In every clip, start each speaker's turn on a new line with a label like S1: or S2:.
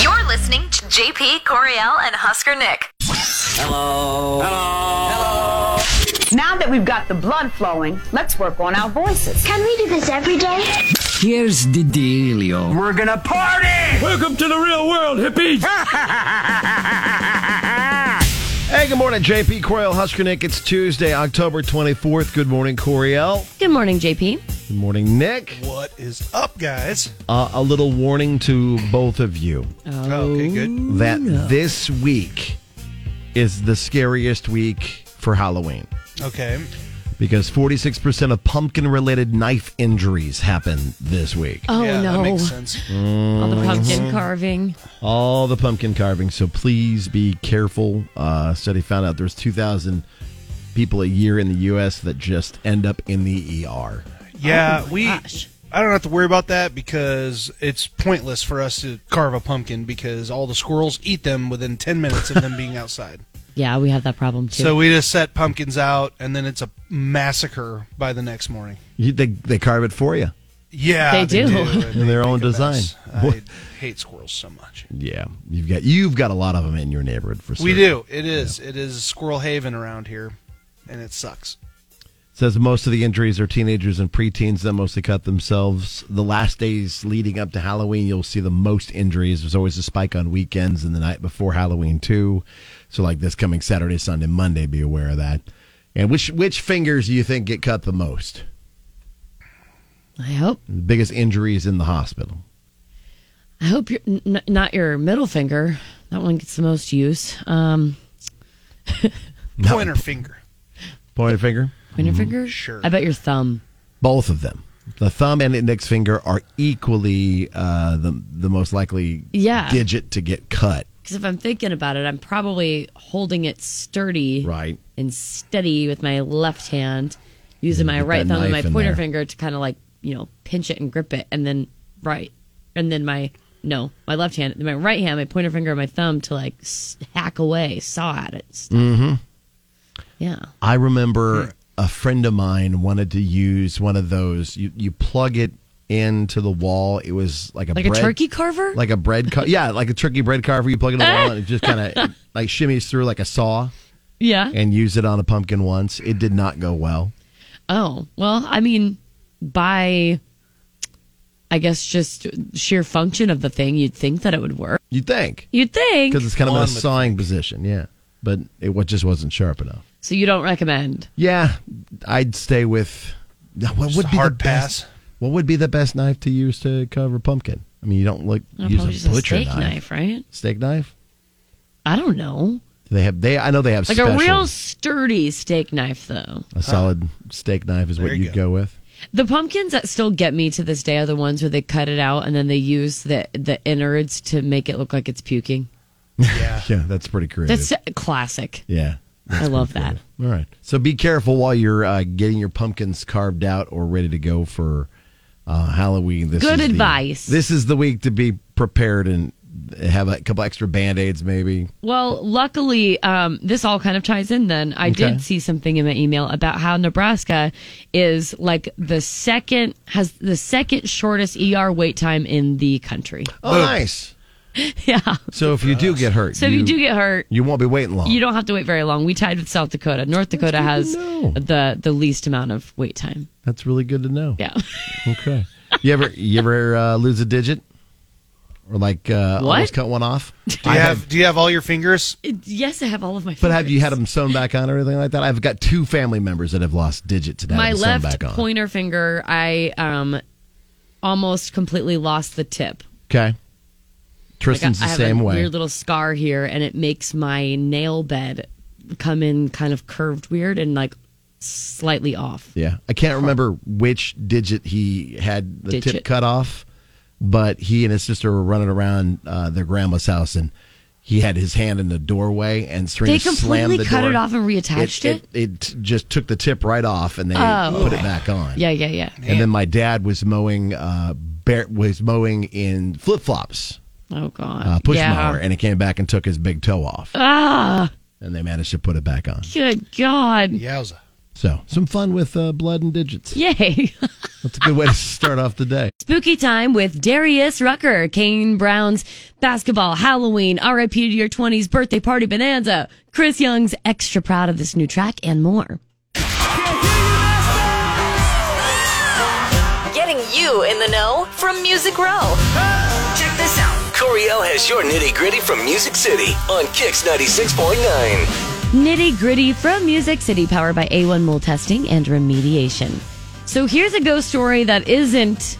S1: You're listening to JP Coriel and Husker Nick.
S2: Hello.
S3: Now that we've got the blood flowing, let's work on our voices.
S4: Can we do this every day?
S2: Here's the dealio.
S5: We're gonna party!
S6: Welcome to the real world, hippies!
S7: Hey, good morning, JP Coriel Huskernick. It's Tuesday, October 24th. Good morning, Coriel.
S8: Good morning, JP.
S7: Good morning, Nick.
S9: What is up, guys?
S7: Uh, a little warning to both of you
S9: oh, okay, good.
S7: that this week is the scariest week for Halloween
S8: Oh.
S9: Okay.
S7: because 46% of pumpkin related knife injuries happen this week.
S8: Oh
S9: yeah,
S8: no,
S9: that makes sense. Mm-hmm.
S8: all the pumpkin carving.
S7: All the pumpkin carving, so please be careful. Uh, study found out there's 2,000 people a year in the U.S. that just end up in the ER.
S9: Yeah, we.
S8: Oh, gosh.
S9: I don't have to worry about that because it's pointless for us to carve a pumpkin because all the squirrels eat them within 10 minutes of them being outside.
S8: Yeah, we have that problem too.
S9: So we just set pumpkins out and then it's a massacre by the next morning.
S7: You, they, they carve it for you.
S9: Yeah,
S8: They do.
S9: and
S7: In their own
S9: make a
S7: design.
S9: mess. I hate squirrels so much.
S7: Yeah, you've got you've got a lot of them in your neighborhood for sure.
S9: We do. It is. It is squirrel haven around here, and it sucks.
S7: Says most of the injuries are teenagers and preteens that mostly cut themselves. The last days leading up to Halloween, you'll see the most injuries. There's always a spike on weekends and the night before Halloween too. So like this coming Saturday, Sunday, Monday, be aware of that. And which which fingers do you think get cut the most?
S8: I hope
S7: The biggest injuries in the hospital.
S8: I hope you're n- n- not your middle finger. That one gets the most use. Um,
S9: Pointer finger.
S7: Pointer finger.
S8: pointer finger.
S9: Mm-hmm. Sure.
S8: I bet your thumb.
S7: Both of them. The thumb and index finger are equally uh, the the most likely
S8: Yeah.
S7: digit to get cut.
S8: Because if I'm thinking about it, I'm probably holding it sturdy
S7: Right.
S8: and steady with my left hand, using my
S7: get
S8: right
S7: that
S8: thumb and my
S7: knife in
S8: pointer
S7: there.
S8: finger to kind of like you know pinch it and grip it, and then right, and then my no, my left hand, my right hand, my pointer finger, and my thumb to like s- hack away, saw at it. Mm-hmm. Yeah.
S7: I remember a friend of mine wanted to use one of those. You you plug it into the wall. It was like a
S8: Like a
S7: bread,
S8: turkey carver?
S7: like a bread car. yeah, like a turkey bread carver. You plug it in the wall and it just kind of like shimmies through like a saw
S8: yeah.
S7: and use it on a pumpkin once. It did not go well.
S8: Oh, well, I mean, by I guess just sheer function of the thing, you'd think that it would work.
S7: You think
S8: You'd think.
S7: because it's kind of in a
S9: On with
S7: sawing position. Yeah, but it wa- just wasn't sharp enough.
S8: So you don't recommend.
S7: Yeah, I'd stay with now, what
S9: Just
S7: would
S9: a
S7: be
S9: hard
S7: the best,
S9: pass.
S7: What would be the best knife to use to cover pumpkin? I mean, you don't like
S8: I'll
S7: use
S8: Oh, probably just
S7: a
S8: a
S7: butcher
S8: steak knife. right?
S7: Steak knife.
S8: I don't know.
S7: Do They have they. I know they have
S8: Like a
S7: specials.
S8: real sturdy steak knife, though.
S7: A solid steak knife is what
S9: There you
S7: you go.
S9: go.
S7: with.
S8: The pumpkins that still get me to this day are the ones where they cut it out and then they use the the innards to make it look like it's puking.
S9: Yeah.
S7: Yeah, that's pretty creative.
S8: That's classic.
S7: yeah.
S8: I love that.
S7: All right. So be careful while you're uh, getting your pumpkins carved out or ready to go for uh, Halloween. This
S8: Good
S7: is the-
S8: advice.
S7: this is the week to be prepared and have a couple extra band aids, maybe.
S8: Well, luckily, um, this all kind of ties in then. I
S7: Okay.
S8: did see something in my email about how Nebraska is like the second, has the second shortest ER wait time in the country.
S7: Oh, nice.
S8: Yeah.
S7: So if you do get hurt,
S8: So if you do get hurt,
S7: you won't be waiting long.
S8: you don't have to wait very long. We tied with South Dakota. North Dakota has
S7: know.
S8: the, the least amount of wait time.
S7: That's really good to know.
S8: Yeah.
S7: Okay. You ever you ever uh, lose a digit, or like uh,
S8: What?
S7: almost cut one off?
S9: Do you have, Do you have all your fingers?
S8: It- yes, I have all of my
S7: But have you had
S8: fingers.
S7: them sewn back on or anything like that? I've got two family members that have lost digits and had
S8: my
S7: them sewn
S8: left
S7: back on.
S8: pointer finger, I um, almost completely lost the tip.
S7: Okay.
S8: Like, I
S7: Tristan's
S8: I
S7: the
S8: have
S7: same
S8: a
S7: way.
S8: weird little scar here, and it makes my nail bed come in kind of curved weird and like slightly off.
S7: yeah. I can't remember which digit he had the tip
S8: Digit.
S7: cut off, but he and his sister were running around uh, their grandma's house and he had his hand in the doorway and Serena
S8: They
S7: slammed
S8: completely
S7: the
S8: cut
S7: door.
S8: it off and reattached Oh.
S7: It, it, it just took the tip right off and they put it back on.
S8: Yeah, yeah, yeah.
S7: And then my dad was mowing uh, bear, was mowing in flip flops.
S8: Oh god.
S7: uh, push
S8: yeah.
S7: mower, and it came back and took his big toe off,
S8: Ah,
S7: and they managed to put it back on.
S8: good god.
S9: Yowza.
S7: So, some fun with uh, blood and digits.
S8: Yay.
S7: That's a good way to start off the day.
S8: Spooky time with Darius Rucker, Kane Brown's basketball, Halloween, RIP to your 20s, birthday party bonanza, Chris Young's extra proud of this new track, and more.
S1: Getting you in the know from Music Row. Check this out.
S4: Coriel has your nitty gritty from Music City on Kix 96.9.
S8: Nitty gritty from Music City, powered by A1 Mold Testing and Remediation. So here's a ghost story that isn't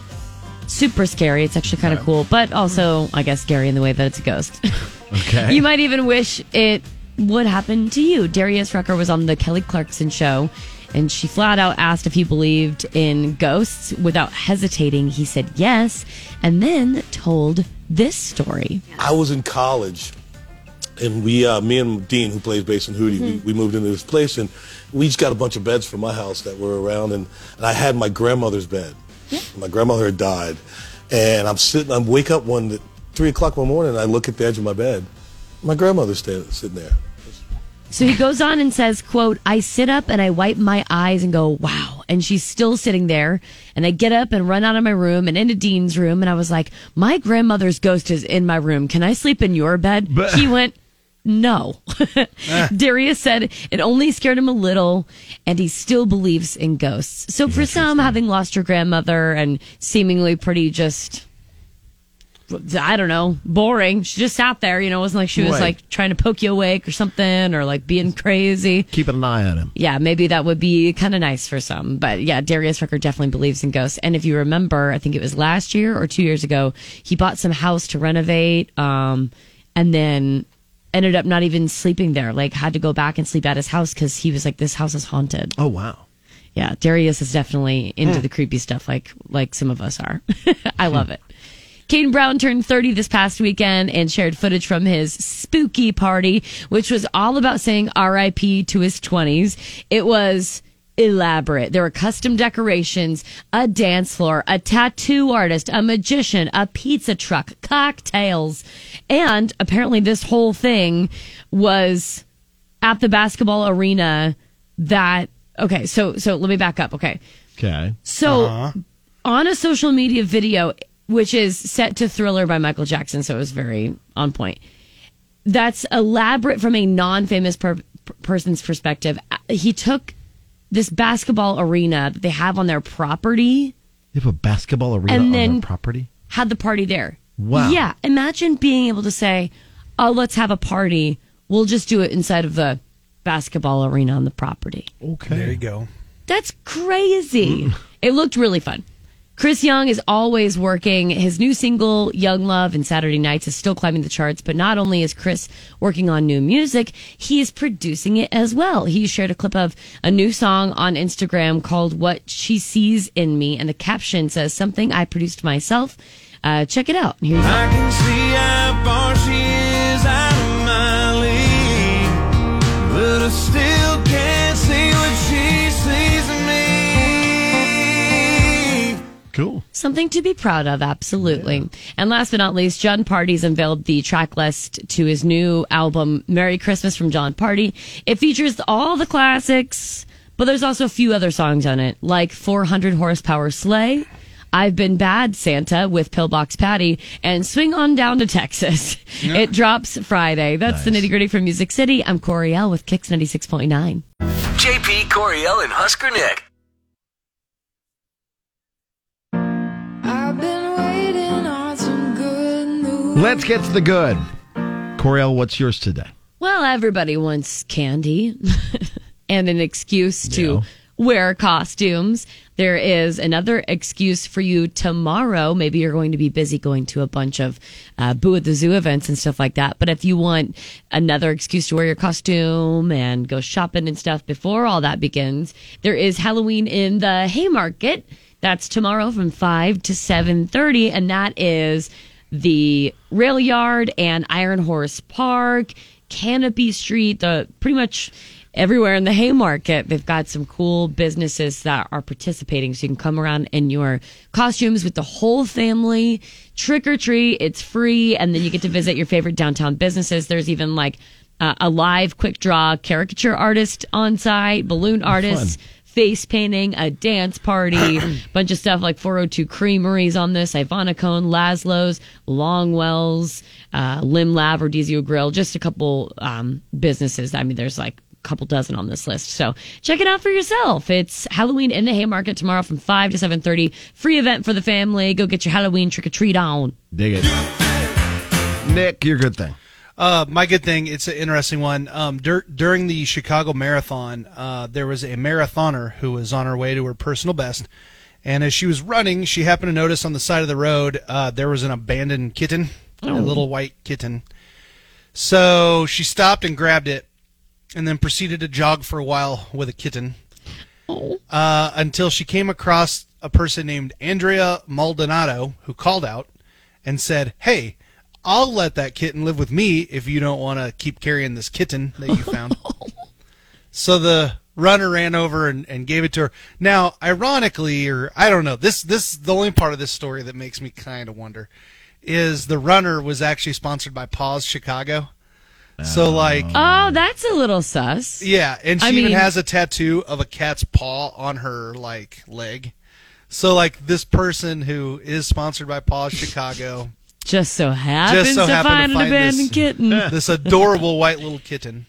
S8: super scary. It's actually kind of cool, but also, I guess, scary in the way that it's a ghost.
S7: Okay.
S8: You might even wish it would happen to you. Darius Rucker was on the Kelly Clarkson show, and she flat out asked if he believed in ghosts. Without hesitating, he said yes, and then told this story.
S5: I was in college, and we, uh, me and Dean, who plays bass and Hootie,
S9: Mm-hmm.
S5: we, we moved into this place, and we just got a bunch of beds from my house that were around, and, and I had my grandmother's bed. My grandmother had died, and I'm sitting. I wake up one three o'clock one morning, and I look at the edge of my bed. My grandmother's sta- sitting there.
S8: So he goes on and says, quote, I sit up and I wipe my eyes and go, wow. And she's still sitting there. And I get up and run out of my room and into Dean's room. And I was like, my grandmother's ghost is in my room. Can I sleep in your bed?
S7: But-
S8: he went, no. Darius said it only scared him a little and he still believes in ghosts. So for some, having lost your grandmother and seemingly pretty just. I don't know, boring. She just sat there, you know, it wasn't like she was
S7: Right.
S8: like trying to poke you awake or something or like being crazy.
S7: Keeping an eye on him.
S8: Yeah, maybe that would be kind of nice for some. But yeah, Darius Rucker definitely believes in ghosts. And if you remember, I think it was last year or two years ago, he bought some house to renovate um, and then ended up not even sleeping there. Like, had to go back and sleep at his house because he was like, this house is haunted.
S7: Oh, wow.
S8: Yeah, Darius is definitely into the creepy stuff like like some of us are. I love it. Kane Brown turned 30 this past weekend and shared footage from his spooky party, which was all about saying RIP to his 20s. It was elaborate. There were custom decorations, a dance floor, a tattoo artist, a magician, a pizza truck, cocktails. And apparently, this whole thing was at the basketball arena that okay so so let me back up okay
S7: Okay.
S8: so on a social media video which is set to thriller by michael jackson so it was very on point that's elaborate from a non-famous per- person's perspective Uh, he took this basketball arena that they have on their property
S7: You have a basketball arena
S8: And
S7: on
S8: then-
S7: their property?
S8: had the party there.
S7: Wow.
S8: Yeah. Imagine being able to say, oh, let's have a party. We'll just do it inside of the basketball arena on the property.
S7: Okay.
S9: There you go.
S8: That's crazy. It looked really fun. Chris Young is always working. His new single, Young Love and Saturday Nights, is still climbing the charts. But not only is Chris working on new music, he is producing it as well. He shared a clip of a new song on Instagram called What She Sees in Me. And the caption says, Something I produced myself. Uh, check it out. Here you go.
S4: I can see how far she is out of my league, but I still can't see what she sees in me.
S7: Cool.
S8: Something to be proud of, absolutely. And last but not least, John Party's unveiled the track list to his new album, Merry Christmas from John Party. It features all the classics, but there's also a few other songs on it, like 400 Horsepower Sleigh, I've Been Bad Santa with Pillbox Patty, and Swing On Down to Texas. It drops Friday. That's the nitty gritty from Music City. I'm Corey L with Kix 96.9.
S4: JP Coriel and Husker Nick.
S7: Let's get to the good. Coriel, what's yours today?
S8: Well, everybody wants candy and an excuse to
S7: Yeah.
S8: wear costumes. There is another excuse for you tomorrow. Maybe you're going to be busy going to a bunch of uh, Boo at the Zoo events and stuff like that. But if you want another excuse to wear your costume and go shopping and stuff before all that begins, there is Halloween in the Haymarket. That's tomorrow from 5 to 7:30 and that is the rail yard and Iron Horse Park, Canopy Street, the pretty much everywhere in the Haymarket. They've got some cool businesses that are participating, so you can come around in your costumes with the whole family. Trick or treat, it's free, and then you get to visit your favorite downtown businesses. There's even like uh, a live quick draw caricature artist on site, balloon artists, face painting, a dance party, bunch of stuff like 402 Creameries on this, Ivanacone, Laszlo's, Longwell's, uh, Lim Laverdizio Grill, just a couple um, businesses. I mean, there's like a couple dozen on this list. So check it out for yourself. It's Halloween in the Haymarket tomorrow from 5 to 7.30. Free event for the family. Go get your Halloween trick-or-treat on.
S7: Dig it. Nick, your good thing.
S9: Uh, my good thing. It's an interesting one. Um, dur- during the Chicago Marathon, uh, there was a marathoner who was on her way to her personal best, and as she was running, she happened to notice on the side of the road uh, there was an abandoned kitten, a little white kitten. So she stopped and grabbed it, and then proceeded to jog for a while with a kitten, uh, until she came across a person named Andrea Maldonado who called out and said, "Hey." I'll let that kitten live with me if you don't want to keep carrying this kitten that you found. so the runner ran over and, and gave it to her. Now, ironically, or I don't know, this this the only part of this story that makes me kind of wonder is the runner was actually sponsored by Paws Chicago. So like
S8: Oh, that's a little sus.
S9: yeah, and she
S8: I
S9: even
S8: mean-
S9: has a tattoo of a cat's paw on her like leg. So like this person who is sponsored by Paws Chicago
S8: Just so happens
S9: so
S8: to,
S9: happened to
S8: find an
S9: find this-
S8: abandoned kitten.
S9: this adorable white little kitten.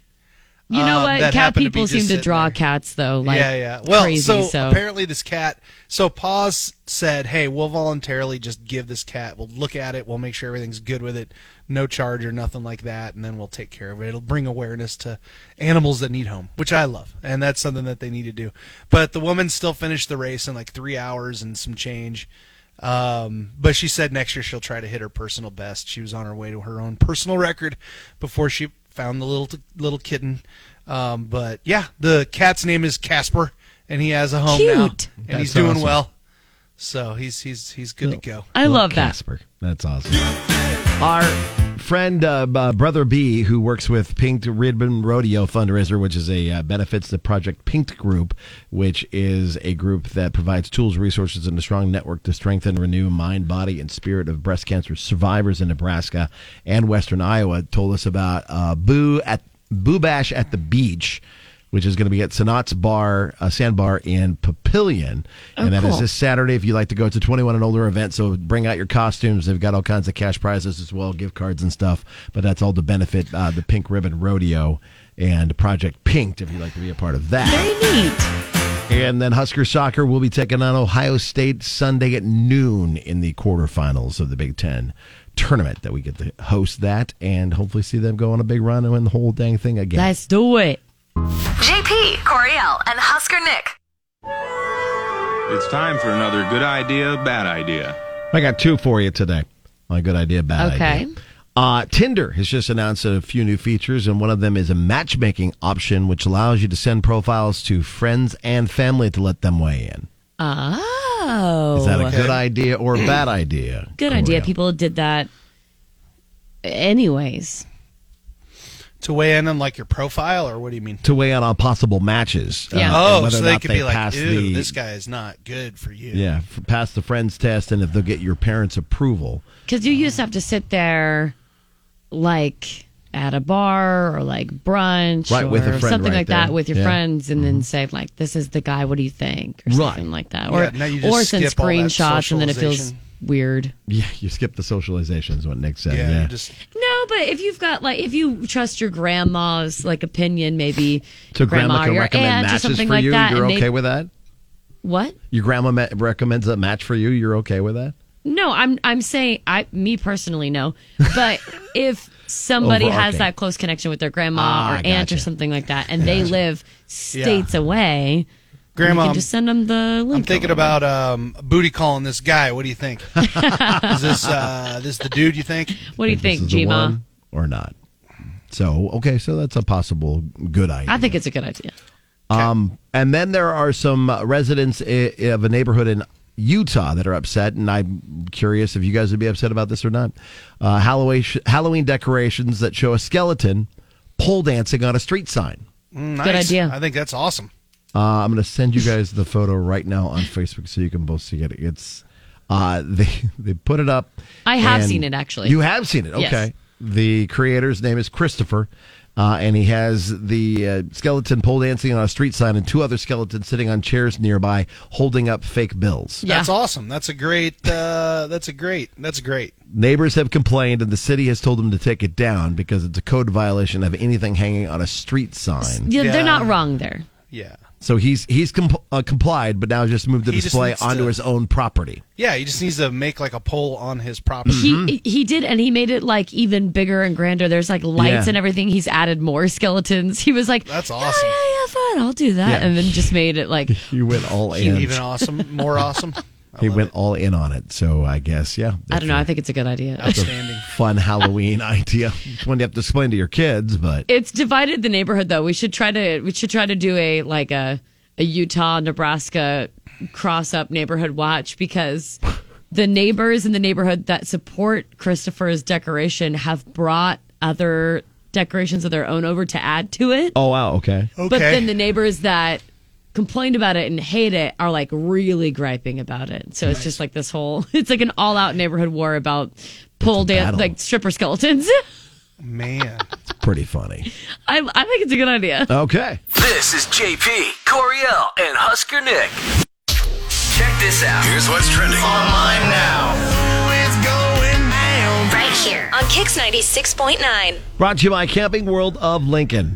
S8: You know
S9: Um,
S8: what?
S9: that
S8: Cat
S9: happened to be
S8: people
S9: just
S8: seem to
S9: sitting
S8: draw
S9: there.
S8: cats though, like
S9: yeah, yeah. Well,
S8: crazy.
S9: so,
S8: So,
S9: apparently this cat. So Paws said, "Hey, we'll voluntarily just give this cat. We'll look at it. We'll make sure everything's good with it. No charge or nothing like that, and then we'll take care of it. It'll bring awareness to animals that need home, which I love, and that's something that they need to do." But the woman still finished the race in like three hours and some change. Um, but she said next year she'll try to hit her personal best. She was on her way to her own personal record before she found the little little kitten. Um, but yeah, the cat's name is Casper, and he has a home now, and
S8: Cute.
S9: he's
S7: That's
S9: doing
S7: awesome.
S9: well. So he's he's he's good to go.
S8: I love that.
S7: Casper. That's awesome. Our friend, uh, b- brother B, who works with Pink Ribbon Rodeo Fundraiser, which is a uh, benefits the Project Pink Group, which is a group that provides tools, resources, and a strong network to strengthen, renew mind, body, and spirit of breast cancer survivors in Nebraska and Western Iowa. Told us about uh, Boo at Boo Bash at the beach. Which is going to be at Sanat's Bar, uh, Sandbar in Papillion, and that is
S8: Oh, cool.
S7: this Saturday if you'd like to go. It's a 21 and older event, so bring out your costumes. They've got all kinds of cash prizes as well, gift cards and stuff. But that's all to benefit uh, the Pink Ribbon Rodeo and Project Pinked if you'd like to be a part of that.
S8: Very neat.
S7: And then Husker Soccer will be taking on Ohio State Sunday at noon in the quarterfinals of the Big Ten tournament that we get to host that and hopefully see them go on a big run and win the whole dang thing again.
S8: Let's do it.
S1: JP, Coriel, and Husker Nick.
S4: It's time for another good idea, bad idea.
S7: I got two for you today. My good idea, bad
S8: Okay.
S7: idea. Uh, Tinder has just announced a few new features, and one of them is a matchmaking option, which allows you to send profiles to friends and family to let them weigh in.
S8: Oh,
S7: Is that a good idea or a bad idea?
S8: good idea?
S7: Corio?
S8: People did that. Anyways,
S9: To weigh in on like your profile, or what do you mean?
S7: to weigh in on possible matches. uh,
S8: Yeah.
S7: and
S9: Oh,
S7: whether
S9: so
S7: or
S9: they
S7: not
S9: could be like,
S7: pass
S9: "Ew,
S7: the-
S9: this guy is not good for you."
S7: Yeah, f- pass the friends test, and if they'll get your parents' approval.
S8: because you used to have to sit there, like at a bar or like brunch
S7: Right,
S8: or
S7: with a friend
S8: something
S7: right
S8: like
S7: there.
S8: that with your
S7: Yeah.
S8: friends, and then say like, "This is the guy. What do you think?" or something
S7: Right.
S8: like that, or
S9: Mm-hmm. Yeah, now you just
S8: or send
S9: skip all that
S8: screenshots, and then it feels
S9: socialization.
S8: weird.
S7: Yeah, you skip the socialization is what Nick said.
S9: yeah.
S7: Yeah,
S9: you Just
S8: No, but if you've got like if you trust your grandma's like opinion, maybe
S7: so
S8: your
S7: grandma,
S8: or
S7: can
S8: your
S7: recommend
S8: aunt or
S7: matches
S8: something
S7: for
S8: like
S7: you.
S8: that.
S7: You're
S8: and
S7: okay
S8: they-
S7: with that?
S8: what?
S7: Your grandma ma- recommends a match for you. You're okay with that?
S8: No, I'm I'm saying I me personally no, but if somebody has
S7: Overarching.
S8: that close connection with their grandma
S7: Ah,
S8: or aunt
S7: gotcha.
S8: or something like that, and they live states away,
S9: grandma,
S8: you can just send them the link.
S9: I'm thinking about um, booty calling this guy. What do you think? is this uh, this the dude you think?
S8: What do you
S7: This
S8: think,
S7: is the
S8: Gma?
S7: one Or not? So okay, so that's a possible good idea.
S8: I think it's a good idea.
S7: Um, and then there are some uh, residents i- of a neighborhood in Utah that are upset, and I'm curious if you guys would be upset about this or not. Uh, Halloween Halloween decorations that show a skeleton pole dancing on a street sign.
S9: Nice.
S8: Good idea.
S9: I think that's awesome.
S7: Uh, I'm going to send you guys the photo right now on Facebook so you can both see it. It's uh, they they put it up.
S8: I have
S7: and-
S8: seen it, actually.
S7: You have seen it. Okay.
S8: Yes.
S7: The creator's name is Christopher, Uh, and he has the uh, skeleton pole dancing on a street sign and two other skeletons sitting on chairs nearby holding up fake bills.
S8: Yeah.
S9: That's awesome. That's a great. Uh, that's a great. That's great.
S7: Neighbors have complained, and the city has told them to take it down because it's a code violation of anything hanging on a street sign.
S8: Yeah,
S9: Yeah.
S8: They're not wrong there.
S9: Yeah.
S7: So he's he's compl- uh, complied, but now just moved the
S9: He just
S7: display
S9: needs
S7: onto
S9: to-
S7: his own property.
S9: Yeah. He just needs to make like a poll on his property.
S7: Mm-hmm.
S8: He he did, and he made it like even bigger and grander. There's like lights
S7: Yeah.
S8: and everything. He's added more skeletons. He was like,
S9: That's
S8: "Yeah,
S9: awesome.
S8: Yeah, yeah, fine, I'll do that,"
S7: Yeah.
S8: and then just made it like
S7: He went all in.
S9: Even awesome. More awesome. Oh, I
S7: he
S9: love
S7: went
S9: it.
S7: all in on it. So I guess yeah.
S8: I don't know. I think it's a good idea.
S9: outstanding.
S7: Fun Halloween idea. It's one you have to explain to your kids, but
S8: It's divided the neighborhood though. We should try to we should try to do a like a a Utah Nebraska cross up neighborhood watch because the neighbors in the neighborhood that support Christopher's decoration have brought other decorations of their own over to add to it.
S7: oh wow, okay.
S9: Okay.
S8: But then the neighbors that complained about it and hate it are like really griping about it. So it's just like this whole it's like an all out neighborhood war about pole dance
S7: battle.
S8: like stripper skeletons.
S9: man.
S7: It's pretty funny.
S8: I I think it's a good idea.
S7: Okay.
S10: This is JP, Coriel, and Husker Nick. Check this out. Here's what's trending online now.
S1: Right here on Kix 96.9.
S7: Brought to you by Camping World of Lincoln.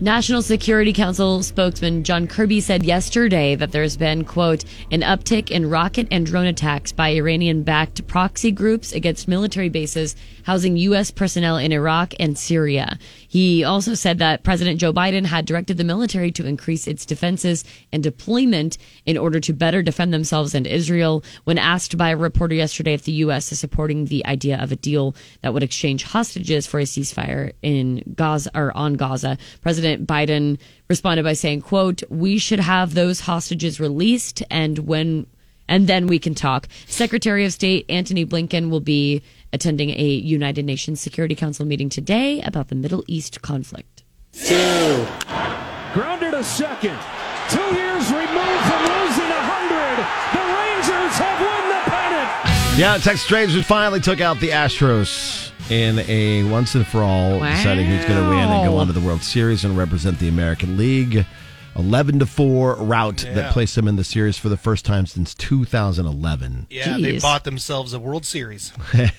S8: National Security Council spokesman John Kirby said yesterday that there's been, quote, an uptick in rocket and drone attacks by Iranian backed proxy groups against military bases housing U.S. personnel in Iraq and Syria. He also said that President Joe Biden had directed the military to increase its defenses and deployment in order to better defend themselves and Israel. When asked by a reporter yesterday if the U.S. is supporting the idea of a deal that would exchange hostages for a ceasefire in Gaza or on Gaza, President Biden responded by saying, quote, we should have those hostages released and when and then we can talk. Secretary of State Antony Blinken will be attending a United Nations Security Council meeting today about the Middle East conflict.
S6: Grounded a second. Two years removed from losing a 100. The Rangers have won the pennant.
S7: Yeah, Texas Rangers finally took out the Astros in a once and for all deciding who's going to win and go
S8: Wow.
S7: on to the World Series and represent the American League. 11 to 4 route
S9: Yeah.
S7: that placed them in the series for the first time since 2011.
S9: Yeah, they
S8: Jeez.
S9: bought themselves a World Series. they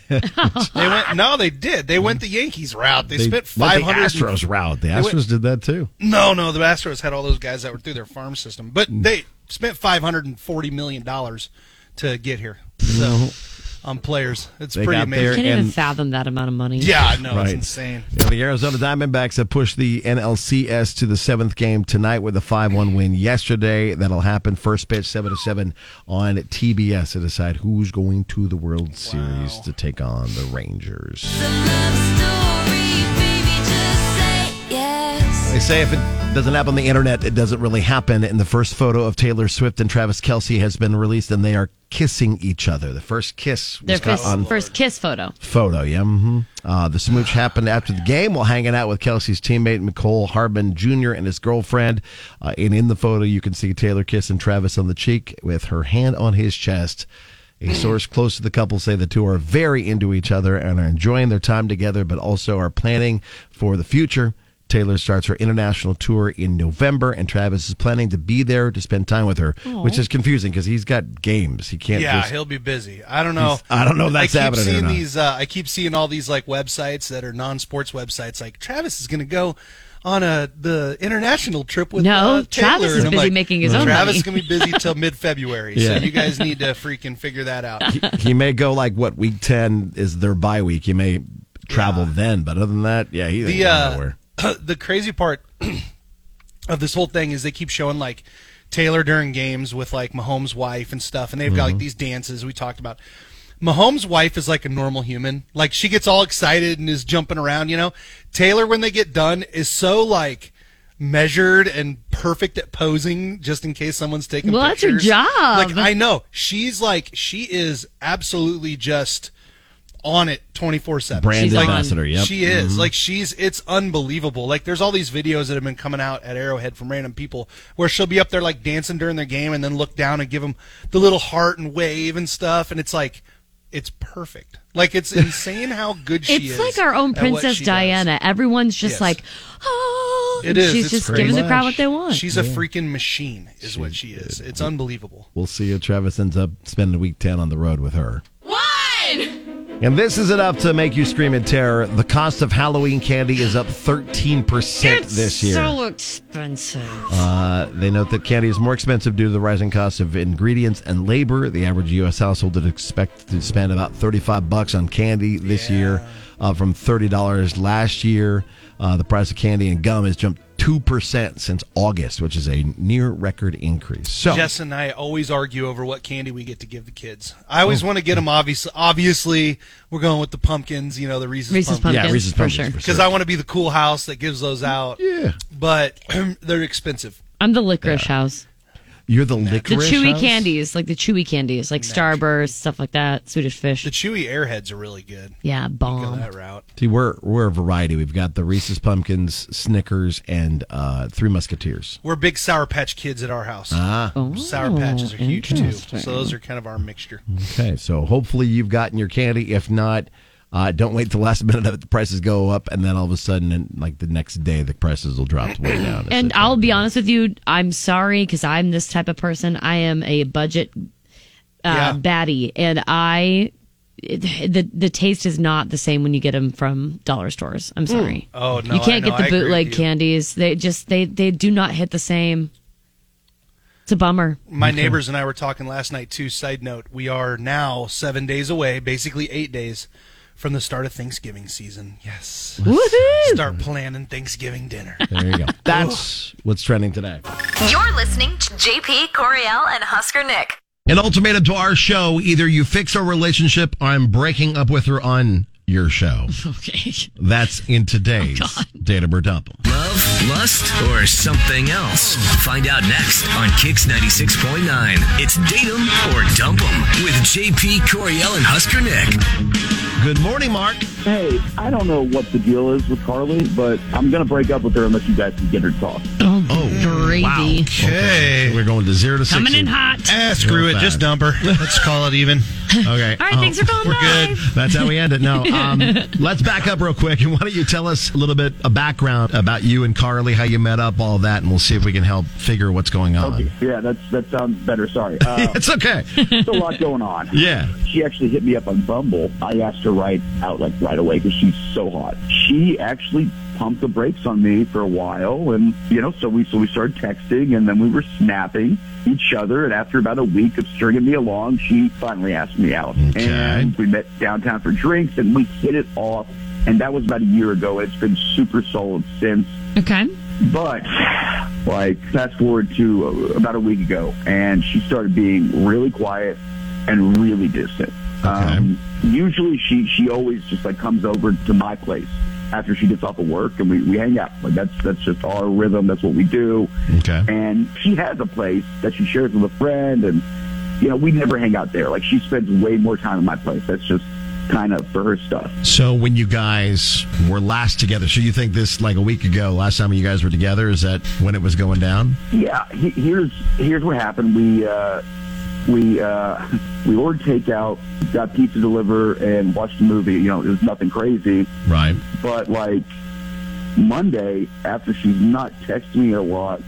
S9: went. No, they did. They went the Yankees route. They, spent
S7: went
S9: five
S7: the
S9: hundred.
S7: Astros route. The
S9: went-
S7: Astros did that too.
S9: No, no, the Astros had all those guys that were through their farm system, but
S7: Mm.
S9: they spent five hundred and forty million dollars to get here. So on players, it's
S7: Mm-hmm. They
S9: pretty
S7: got there.
S9: amazing.
S8: Can't even
S7: And-
S8: fathom that amount of money.
S9: Yeah, no,
S7: Right.
S9: it's insane.
S7: Yeah, the Arizona Diamondbacks have pushed the NLCS to the seventh game tonight with a 5 1 win yesterday. That'll happen first pitch, 7 to 7 on TBS to decide who's going to the World Series to take on the Rangers. They say if it doesn't happen on the internet, it doesn't really happen. And the first photo of Taylor Swift and Travis Kelsey has been released, and they are kissing each other. The first kiss was
S8: Their
S7: caught
S8: first,
S7: on
S8: first kiss photo.
S7: photo. Yeah, hmm uh, the smooch happened after the game while hanging out with Kelsey's teammate Nicole Harbin Jr. and his girlfriend. Uh, and in the photo, you can see Taylor kissing Travis on the cheek with her hand on his chest. A source close to the couple say the two are very into each other and are enjoying their time together, but also are planning for the future. Taylor starts her international tour in November, and Travis is planning to be there to spend time with her, which is confusing because he's got games. He can't
S9: Yeah,
S7: just
S9: he'll be busy. I don't know.
S7: He's- I don't know if that's
S9: I keep
S7: happening or
S9: Seeing
S7: not.
S9: these, uh, I keep seeing all these like websites that are non-sports websites. Like Travis is going to go on a the international trip with
S8: No,
S9: uh, Taylor."
S8: Travis is
S9: And I'm
S8: busy
S9: like,
S8: making his own
S9: Travis
S8: money."
S9: is going to be busy till mid-February.
S7: Hmm. Yeah.
S9: So you guys need to freaking figure that out.
S7: he may go like what week ten is their bye week. He may travel then, but other than that, yeah, he ain't
S9: the
S7: going
S9: uh,
S7: nowhere.
S9: the crazy part of this whole thing is they keep showing like Taylor during games with like Mahomes' wife and stuff, and they've got like these dances we talked about. Mahomes' wife is like a normal human. Like she gets all excited and is jumping around, you know. Taylor, when they get done, is so like measured and perfect at posing just in case someone's taking
S8: Well, that's her
S9: pictures.
S8: job.
S9: Like I know. She's like she is absolutely just on it 24/7.
S7: Brand
S8: She's
S9: like,
S7: ambassador, yep. Mm-hmm.
S9: She is. Like she's it's unbelievable. Like there's all these videos that have been coming out at Arrowhead from random people where she'll be up there like dancing during their game and then look down and give them the little heart and wave and stuff and it's like it's perfect. Like it's insane how good she is.
S8: it's like our own
S9: at what
S8: Princess
S9: she
S8: Diana. Everyone's just
S9: Yes.
S8: like, oh,
S9: does. It
S8: and
S9: is.
S8: She's
S9: It's
S8: just
S9: crazy.
S8: giving the crowd what they want.
S9: She's a freaking machine, is what she is. It's unbelievable.
S7: We'll see if Travis ends up spending week 10 on the road with her.
S8: One.
S7: And this is enough to make you scream in terror. The cost of Halloween candy is up 13% this year.
S8: so expensive.
S7: Uh, they note that candy is more expensive due to the rising cost of ingredients and labor. The average U.S. household would expect to spend about 35 bucks on candy this year, uh, from $30 last year. Uh, the price of candy and gum has jumped two percent since August, which is a near record increase. So,
S9: Jess and I always argue over what candy we get to give the kids. I
S7: Oh.
S9: always want to get them obviously. Obviously, we're going with the pumpkins. You know the Reese's,
S8: Reese's
S9: pumpkins.
S7: yeah, Reese's
S8: for
S7: Pumpkins
S8: sure.
S7: for
S9: Because I want to be the cool house that gives those out.
S7: Yeah.
S9: But they're expensive.
S8: I'm the licorice house.
S7: you're the
S8: The
S7: licorice
S8: chewy
S7: house?
S8: candies, like the chewy candies, like Starburst, stuff like that, Swedish fish.
S9: The chewy airheads are really good.
S8: yeah,
S9: Go
S8: bomb.
S9: that route.
S7: See, we're we're a variety. We've got the Reese's Pumpkins, Snickers, and uh, Three Musketeers.
S9: We're big Sour Patch kids at our house. Sour Patches are huge too. So those are kind of our mixture.
S7: Okay, so hopefully you've gotten your candy. If not, uh, don't wait till last minute that the prices go up, and then all of a sudden, in, like the next day, the prices will drop way down. It's
S8: And
S7: like-
S8: I'll be honest with you, I'm sorry because I'm this type of person. I am a budget
S9: Yeah.
S8: uh, baddie, and I it, the the taste is not the same when you get them from dollar stores. I'm sorry.
S9: Oh, no,
S8: you can't
S9: I know.
S8: get
S9: I agree
S8: the
S9: with
S8: bootleg
S9: you.
S8: candies. They just they they do not hit the same. It's a bummer.
S9: My neighbors and I were talking last night too. Side note: We are now seven days away, basically eight days, from the start of Thanksgiving season. Yes.
S8: Woohoo!
S9: Start planning Thanksgiving dinner.
S7: there you go. That's what's trending today.
S1: You're listening to JP Coriel and Husker Nick.
S7: An ultimatum to our show: either you fix our relationship, or I'm breaking up with her on your show.
S8: Okay.
S7: That's in today's
S8: Oh,
S7: data bird dump.
S11: Love, lust, or something else? Find out next on Kix 96.9. It's Date 'em or Dump 'em with JP Coriel and Husker Nick.
S7: Good morning, Mark.
S12: Hey, I don't know what the deal is with Carly, but I'm going to break up with her unless you guys can get her talked.
S8: Oh,
S7: Oh,
S8: gravy.
S9: Okay.
S7: We're going to zero to sixty.
S8: Coming in hot.
S9: Ah, screw it. Just dump her. Let's call it even.
S7: Okay. Oh,
S8: All right, thanks for calling.
S9: We're
S8: Bye.
S9: good.
S7: That's how we end it. No, um, let's back up real quick. And why don't you tell us a little bit of background about you and Carly, how you met up, all that, and we'll see if we can help figure what's going on.
S12: Okay. Yeah, that's that sounds better. Sorry. Uh,
S7: It's okay.
S12: there's a lot going on.
S7: Yeah.
S12: She actually hit me up on Bumble. I asked her right out, like right away, because she's so hot. She actually pumped the brakes on me for a while, and you know, so we so we started texting, and then we were snapping each other. And after about a week of stringing me along, she finally asked me out,
S7: Okay.
S12: and we met downtown for drinks, and we hit it off. And that was about a year ago, and it's been super solid since.
S8: Okay.
S12: But like fast forward to uh, about a week ago, and she started being really quiet and really distant. Um, usually, she she always just like comes over to my place after she gets off of work, and we, we hang out. Like that's that's just our rhythm. That's what we do.
S7: Okay.
S12: And she has a place that she shares with a friend, and you know we never hang out there. Like she spends way more time at my place. That's just kind of for her stuff.
S7: So when you guys were last together, so you think this like a week ago, last time you guys were together, is that when it was going down?
S12: Yeah, he- here's here's what happened. We uh, we uh, we ordered takeout, got pizza delivered, and watched a movie. You know, it was nothing crazy,
S7: Right.
S12: but like Monday after she's not texting me a lot,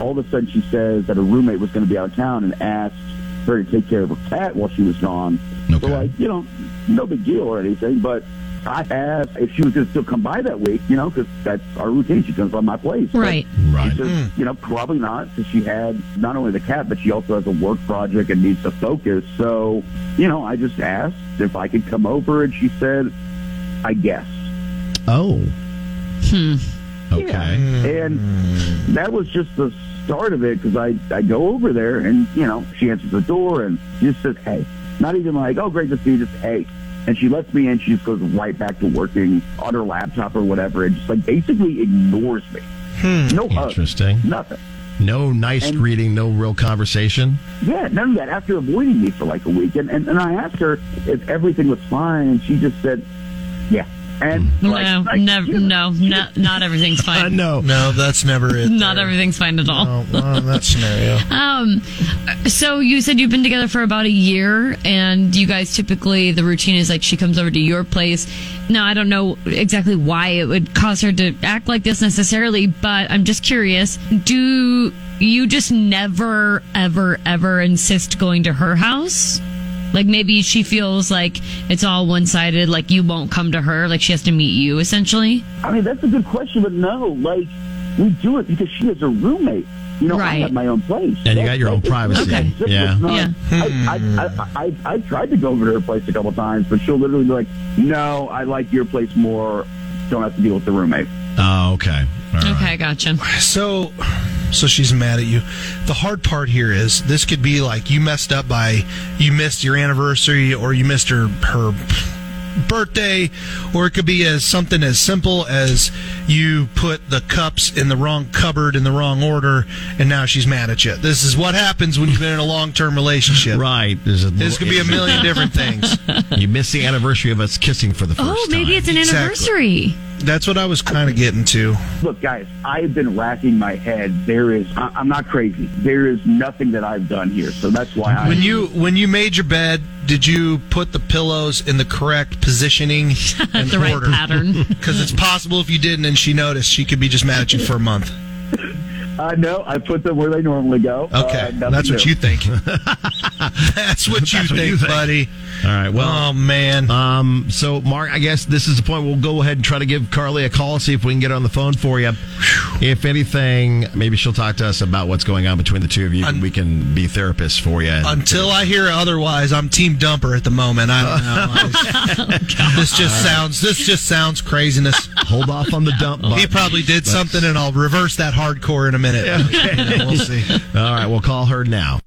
S12: all of a sudden she says that her roommate was going to be out of town and asked her to take care of her cat while she was gone.
S7: Okay.
S12: So like, you know, no big deal or anything, but. I asked if she was going to still come by that week, you know, because that's our routine. She comes by my place. But
S8: Right.
S7: Right.
S12: she says, you know, probably not, because she had not only the cat, but she also has a work project and needs to focus. So, you know, I just asked if I could come over, and she said, I guess.
S7: Oh.
S11: Hmm.
S7: Okay.
S12: And that was just the start of it, because I, I go over there, and, you know, she answers the door, and she just says, hey. Not even like, oh, great to see you, just hey. And she lets me in, she just goes right back to working on her laptop or whatever, and just, like, basically ignores me. No hugs,
S7: Interesting.
S12: nothing.
S7: No nice
S12: And-
S7: greeting, no real conversation.
S12: Yeah, none of that after avoiding me for like a week. And, and, and I asked her if everything was fine, and she just said, yeah.
S13: And
S7: Mm.
S8: No, nev- no, not not everything's fine.
S7: no,
S11: no, that's never it.
S8: Uh, Not everything's fine at all.
S11: No, not in that scenario.
S8: Um, so you said you've been together for about a year, and you guys typically the routine is like she comes over to your place. Now I don't know exactly why it would cause her to act like this necessarily, but I'm just curious. Do you just never, ever, ever insist going to her house? Like maybe she feels like it's all one sided, like you won't come to her, like she has to meet you essentially.
S13: I mean, that's a good question, but no, like we do it because she has a roommate. You know, I have my own place.
S7: And you got your own privacy.
S13: Okay.
S7: Yeah.
S13: yeah. I, I, I, I, I tried to go over to her place a couple times, but she'll literally be like, "No, I like your place more. Don't have to deal with the roommate."
S7: Oh, okay.
S8: Okay, gotcha.
S11: So, so she's mad at you. The hard part here is this could be like you messed up by you missed your anniversary or you missed her her birthday, or it could be as something as simple as you put the cups in the wrong cupboard in the wrong order, and now she's mad at you. This is what happens when you've been in a long term relationship.
S7: Right. There's a
S11: This could be a million different things.
S7: You missed the anniversary of us kissing for the first
S8: Oh, maybe it's an
S11: Exactly.
S8: anniversary.
S11: That's what I was kind of getting to.
S13: Look, guys, I've been racking my head. There is, I, I'm not crazy. There is nothing that I've done here, so that's why I.
S11: When you when you made your bed, did you put the pillows in the correct positioning and
S8: The right
S11: order?
S8: pattern?
S11: Because it's possible if you didn't and she noticed, she could be just mad at you for a month.
S13: Uh, no, I put them where they normally go.
S11: Okay,
S13: Uh, nothing
S11: that's what
S13: new.
S11: you think. that's what you,
S7: That's
S11: think,
S7: what you think.
S11: buddy.
S7: All right. Well,
S11: oh man.
S7: Um. So, Mark, I guess this is the point. We'll go ahead and try to give Carly a call, see if we can get her on the phone for you. If anything, maybe she'll talk to us about what's going on between the two of you. and we can be therapists for you.
S11: Until I hear otherwise, I'm Team Dumper at the moment. I don't know. I- this just sounds this just sounds craziness.
S7: Hold off on the dump.
S11: He
S7: button.
S11: probably did
S7: Let's-
S11: something, and I'll reverse that hardcore in a minute. You know, we'll see.
S7: All right. We'll call her now.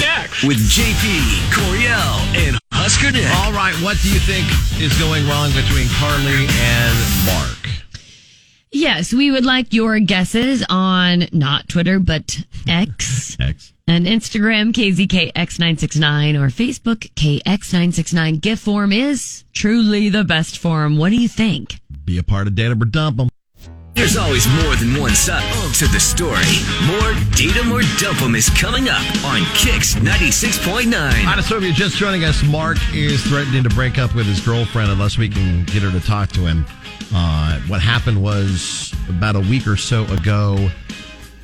S10: Next. With JP, Coriel, and Husker Nick.
S7: All right. What do you think is going wrong between Carly and Mark?
S8: Yes, we would like your guesses on not Twitter, but X.
S7: X.
S8: And Instagram, KZKX969, or Facebook, KX969. GIF form is truly the best form. What do you think?
S7: Be a part of Data or Dump 'em.
S10: There's always more than one side to the story. More Datum or Dumpum is coming up on Kicks 96.9.
S7: All right, so if you're just joining us, Mark is threatening to break up with his girlfriend unless we can get her to talk to him. Uh, what happened was about a week or so ago,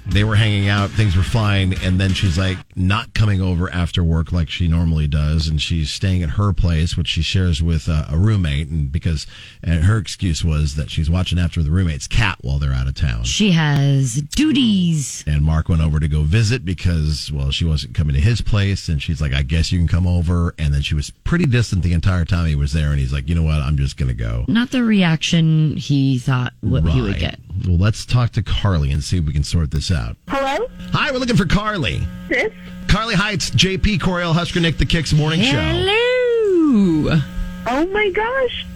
S7: they were hanging out, things were fine, and then she's like not coming over after work like she normally does, and she's staying at her place, which she shares with uh, a roommate, and because and her excuse was that she's watching after the roommate's cat while they're out of town.
S8: She has duties.
S7: And Mark went over to go visit because, well, she wasn't coming to his place. And she's like, I guess you can come over. And then she was pretty distant the entire time he was there. And he's like, you know what? I'm just going to go.
S8: Not the reaction he thought what he would
S7: Right.
S8: get.
S7: Well, let's talk to Carly and see if we can sort this out.
S12: Hello?
S7: Hi, we're looking for Carly.
S12: This?
S7: Carly Heights, JP Coriel Husker Nick, The Kicks Morning Show.
S8: Hello.
S12: Oh my gosh.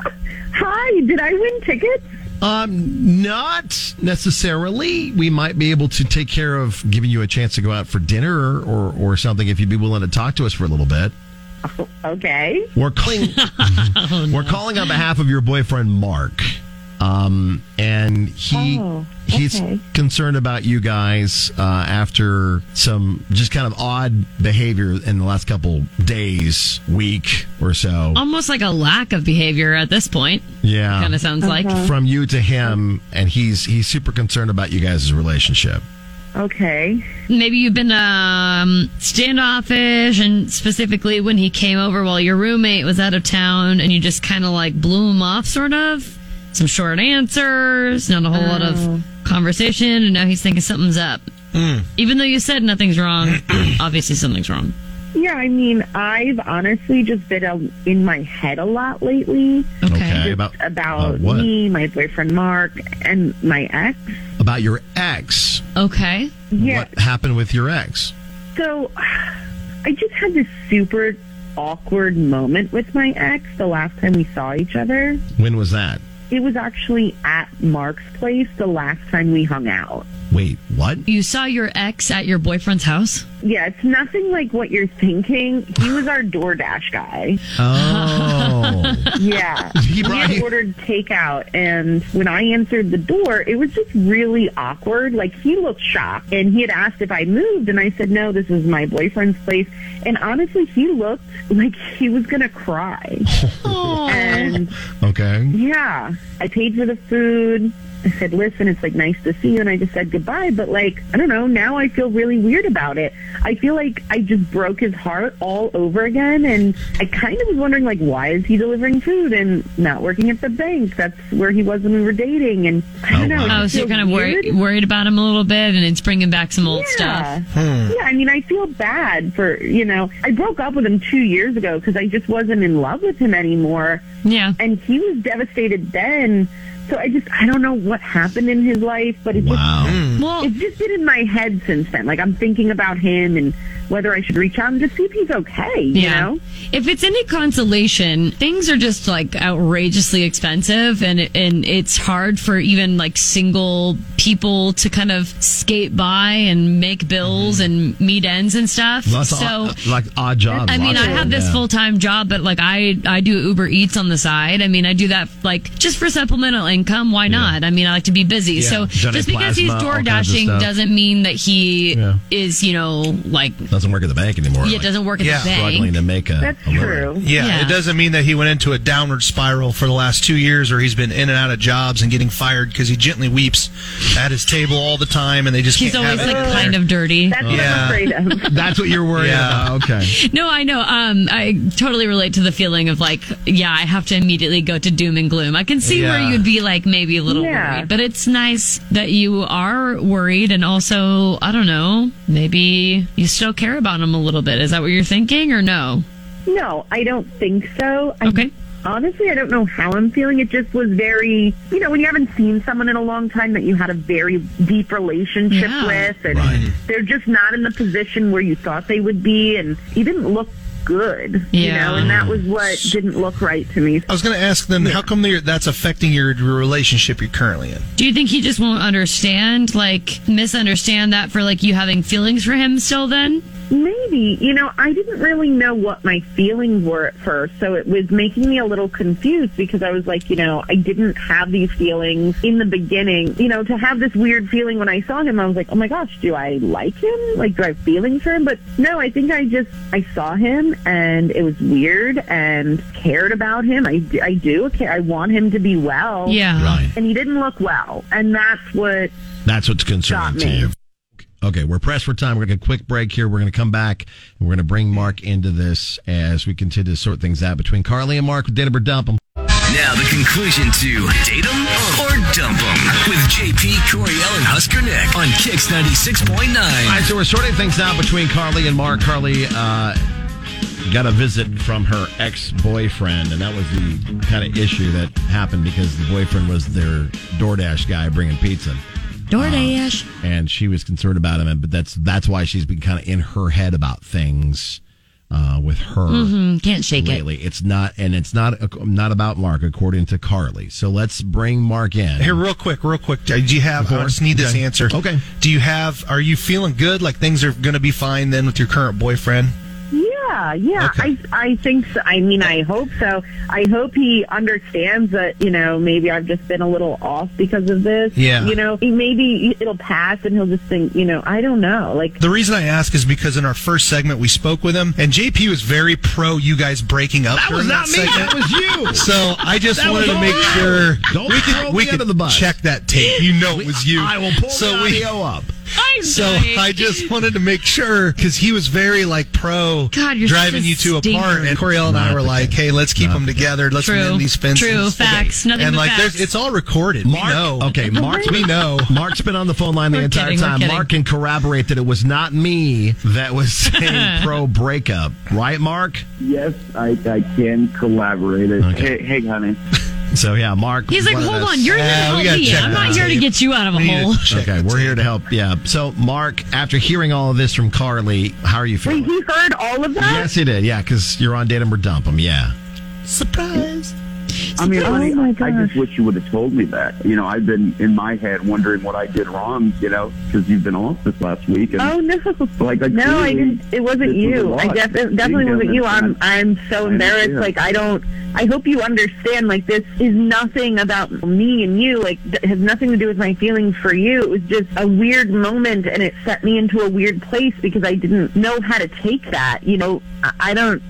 S12: Hi, did I win tickets?
S7: Um, not necessarily. We might be able to take care of giving you a chance to go out for dinner or, or, or something if you'd be willing to talk to us for a little bit.
S12: Okay. Oh,
S7: We're calling. We're calling on behalf of your boyfriend Mark, um, and he
S12: Oh,
S7: he's
S12: okay.
S7: concerned about you guys uh, after some just kind of odd behavior in the last couple days, week or so.
S8: Almost like a lack of behavior at this point.
S7: yeah,
S8: kinda sounds like. Uh-huh.
S7: from you to him, and he's he's super concerned about you guys' relationship.
S12: Okay.
S8: Maybe you've been um, standoffish, and specifically when he came over while your roommate was out of town, and you just kind of like blew him off, sort of. Some short answers, not a whole lot of conversation, and now he's thinking something's up. Even though you said nothing's wrong, obviously something's wrong.
S12: Yeah, I mean, I've honestly just been um, in my head a lot lately
S7: Okay,
S12: Just
S7: about
S12: about
S7: about what?
S12: me, my boyfriend Mark, and my ex.
S7: About your ex.
S8: Okay.
S12: Yeah,
S7: What happened with your ex?
S12: so I just had this super awkward moment with my ex the last time we saw each other.
S7: When was that?
S12: It was actually at Mark's place the last time we hung out.
S7: Wait, what?
S8: You saw your ex at your boyfriend's house?
S12: Yeah, it's nothing like what you're thinking. He was our DoorDash guy.
S7: Oh,
S12: Yeah.
S11: He
S12: He
S11: brought-
S12: had ordered takeout, and when I answered the door, it was just really awkward. Like, he looked shocked, and he had asked if I moved, and I said, no, this is my boyfriend's place. And honestly, he looked like he was going to cry. and
S7: Okay.
S12: yeah, I paid for the food. I said, listen, it's like nice to see you. And I just said goodbye. But like, I don't know. Now I feel really weird about it. I feel like I just broke his heart all over again. And I kind of was wondering, like, why is he delivering food and not working at the bank? That's where he was when we were dating. And I don't know. it
S8: Oh,
S12: just
S8: so you're
S12: feels
S8: kind of worried, worried about him a little bit, and it's bringing back some old
S12: yeah.
S8: stuff.
S12: Yeah, I mean, I feel bad for, you know, I broke up with him two years ago because I just wasn't in love with him anymore.
S8: Yeah.
S12: And he was devastated then. So I just, I don't know what happened in his life, but it
S8: Hmm.
S12: just, it's just been in my head since then. Like, I'm thinking about him and whether I should reach out and just see if he's okay, you know?
S8: If it's any consolation, things are just like outrageously expensive and and it's hard for even like single people to kind of skate by and make bills and meet ends and stuff.
S7: Mm-hmm. Lots of
S8: so
S7: odd- like odd jobs.
S8: I mean,
S7: lots
S8: I
S7: of
S8: have
S7: them,
S8: this
S7: yeah.
S8: full time job, but like I I do Uber Eats on the side. I mean, I do that like just for supplemental income. Why not? I mean, I like to be busy.
S7: Yeah.
S8: So
S7: Donate
S8: just because he's
S7: plasma, all
S8: door
S7: kinds of
S8: dashing
S7: stuff.
S8: doesn't mean that he
S7: Yeah.
S8: is you know like
S7: Doesn't work at the bank anymore.
S8: Yeah, it doesn't work at the Yeah. bank.
S7: Struggling to make a.
S8: That's
S7: a living.
S11: Yeah,
S8: Yeah.
S11: it doesn't mean that he went into a downward spiral for the last two years, or he's been in and out of jobs and getting fired because he gently weeps at his table all the time, and they just
S8: he's
S11: can't
S8: always
S11: have
S8: like
S11: it in
S8: kind
S11: there.
S8: of dirty.
S11: of.
S7: That's what you're worried
S11: Yeah.
S7: about. Okay.
S8: No, I know. Um, I totally relate to the feeling of like, yeah, I have to immediately go to doom and gloom. I can see
S7: Yeah.
S8: where you'd be like maybe a little
S12: Yeah.
S8: worried, but it's nice that you are worried and also, I don't know, maybe you still care about him a little bit. Is that what you're thinking or no?
S12: No, I don't think so. Okay. honestly, I don't know how I'm feeling. It just was very, you know, when you haven't seen someone in a long time that you had a very deep relationship
S14: Yeah.
S12: with, and they're just not in the position where you thought they would be, and you didn't look good, you
S11: Yeah.
S12: know, and that was what didn't look right to me.
S11: I was going to ask them how come they're- that's affecting your, your relationship you're currently in.
S8: Do you think he just won't understand, like misunderstand that for like you having feelings for him still then?
S12: Maybe. You know, I didn't really know what my feelings were at first, so it was making me a little confused because I was like, you know, I didn't have these feelings in the beginning. You know, to have this weird feeling when I saw him, I was like, oh my gosh, do I like him? Like, do I have feelings for him? But no, I think I just, I saw him and it was weird and cared about him. I, d- I do care. I want him to be well.
S8: Uh-huh.
S7: Yeah. Right.
S12: And he didn't look well. And that's what
S7: That's what's concerning to
S12: me.
S7: you. Okay, we're pressed for time. We're going to a quick break here. We're going to come back and we're going to bring Mark into this as we continue to sort things out between Carly and Mark with Denver Dump 'em.
S10: Now the conclusion to date 'em or dump 'em with JP Coriel and Husker Nick on Kicks ninety six point
S7: All
S10: nine.
S7: right, so we're sorting things out between Carly and Mark. Carly uh, got a visit from her ex boyfriend, and that was the kind of issue that happened because the boyfriend was their DoorDash guy bringing pizza.
S8: DoorDash.
S7: and she was concerned about him. But that's that's why she's been kind of in her head about things uh, with her.
S8: Mhm, can't shake it.
S7: lately. It's not, and it's not not about Mark, according to Carly. So let's bring Mark in.
S11: Here, real quick, real quick. Do you have? I just need this
S7: Okay.
S11: answer.
S7: Okay.
S11: Do you have? Are you feeling good? Like things are going to be fine then with your current boyfriend?
S12: Yeah, yeah. I I think so. I mean, I hope so. I hope he understands that, you know, maybe I've just been a little off because of this.
S11: Yeah.
S12: You know, he- maybe it'll pass and he'll just think, you know, I don't know. Like,
S11: The reason I ask is because in our first segment we spoke with him, and JP was very pro you guys breaking up.
S7: That was
S11: during
S7: not me.
S11: segment.
S7: That was you.
S11: So I just
S7: That
S11: wanted
S7: was
S11: to make
S7: all you.
S11: sure
S7: Don't
S11: we
S7: throw
S11: could,
S7: me
S11: we could
S7: under the bus.
S11: check that tape. You know it was you. I will
S7: pull the audio up.
S8: I'm
S11: so I just wanted to make sure because he was very like pro
S8: God, you're
S11: driving
S8: such a
S11: you two apart,
S8: stinker.
S11: and Coriel and I were like, "Hey, let's keep them together. Let's
S8: True.
S11: mend these fences."
S8: True. Facts. Nothing
S11: And
S8: but
S11: like, there's-
S8: facts.
S11: it's all recorded.
S7: Mark,
S11: we know.
S7: okay, Mark's
S11: we know.
S7: Mark's been on the phone line the
S11: We're
S7: entire
S11: kidding, we're
S7: time.
S11: kidding.
S7: Mark can corroborate that it was not me that was saying pro breakup, right, Mark?
S13: Yes, I, I can collaborate it. Hey, hey, honey.
S7: So yeah, Mark.
S8: He's like,
S7: one of Uh,
S8: hold
S7: us-
S8: on, you're here to help me. I'm not here to get you out of a hole.
S7: Okay, we're here to help. Yeah. So, Mark, after hearing all of this from Carly, how are you feeling?
S12: he heard all of that?
S7: Yes, he did. Yeah, because you're on Date 'em or Dump 'em. Yeah.
S12: Surprise.
S13: I
S12: Oh
S13: mean, honey, I just wish you would have told me that. You know, I've been in my head wondering what I did wrong, you know, because you've been off this last week. And
S12: Oh no!
S13: Like, I
S12: no, I
S13: clearly-
S12: didn't. It wasn't
S13: this was a
S12: you.
S13: lot.
S12: I def-
S13: Being
S12: it definitely
S13: down
S12: wasn't
S13: there,
S12: you. I'm
S13: and
S12: I'm so
S13: I understand.
S12: embarrassed. Like I don't I hope you understand, like, this is nothing about me and you. Like, th- it has nothing to do with my feelings for you. It was just a weird moment, and it set me into a weird place because I didn't know how to take that. You know, I, I don't.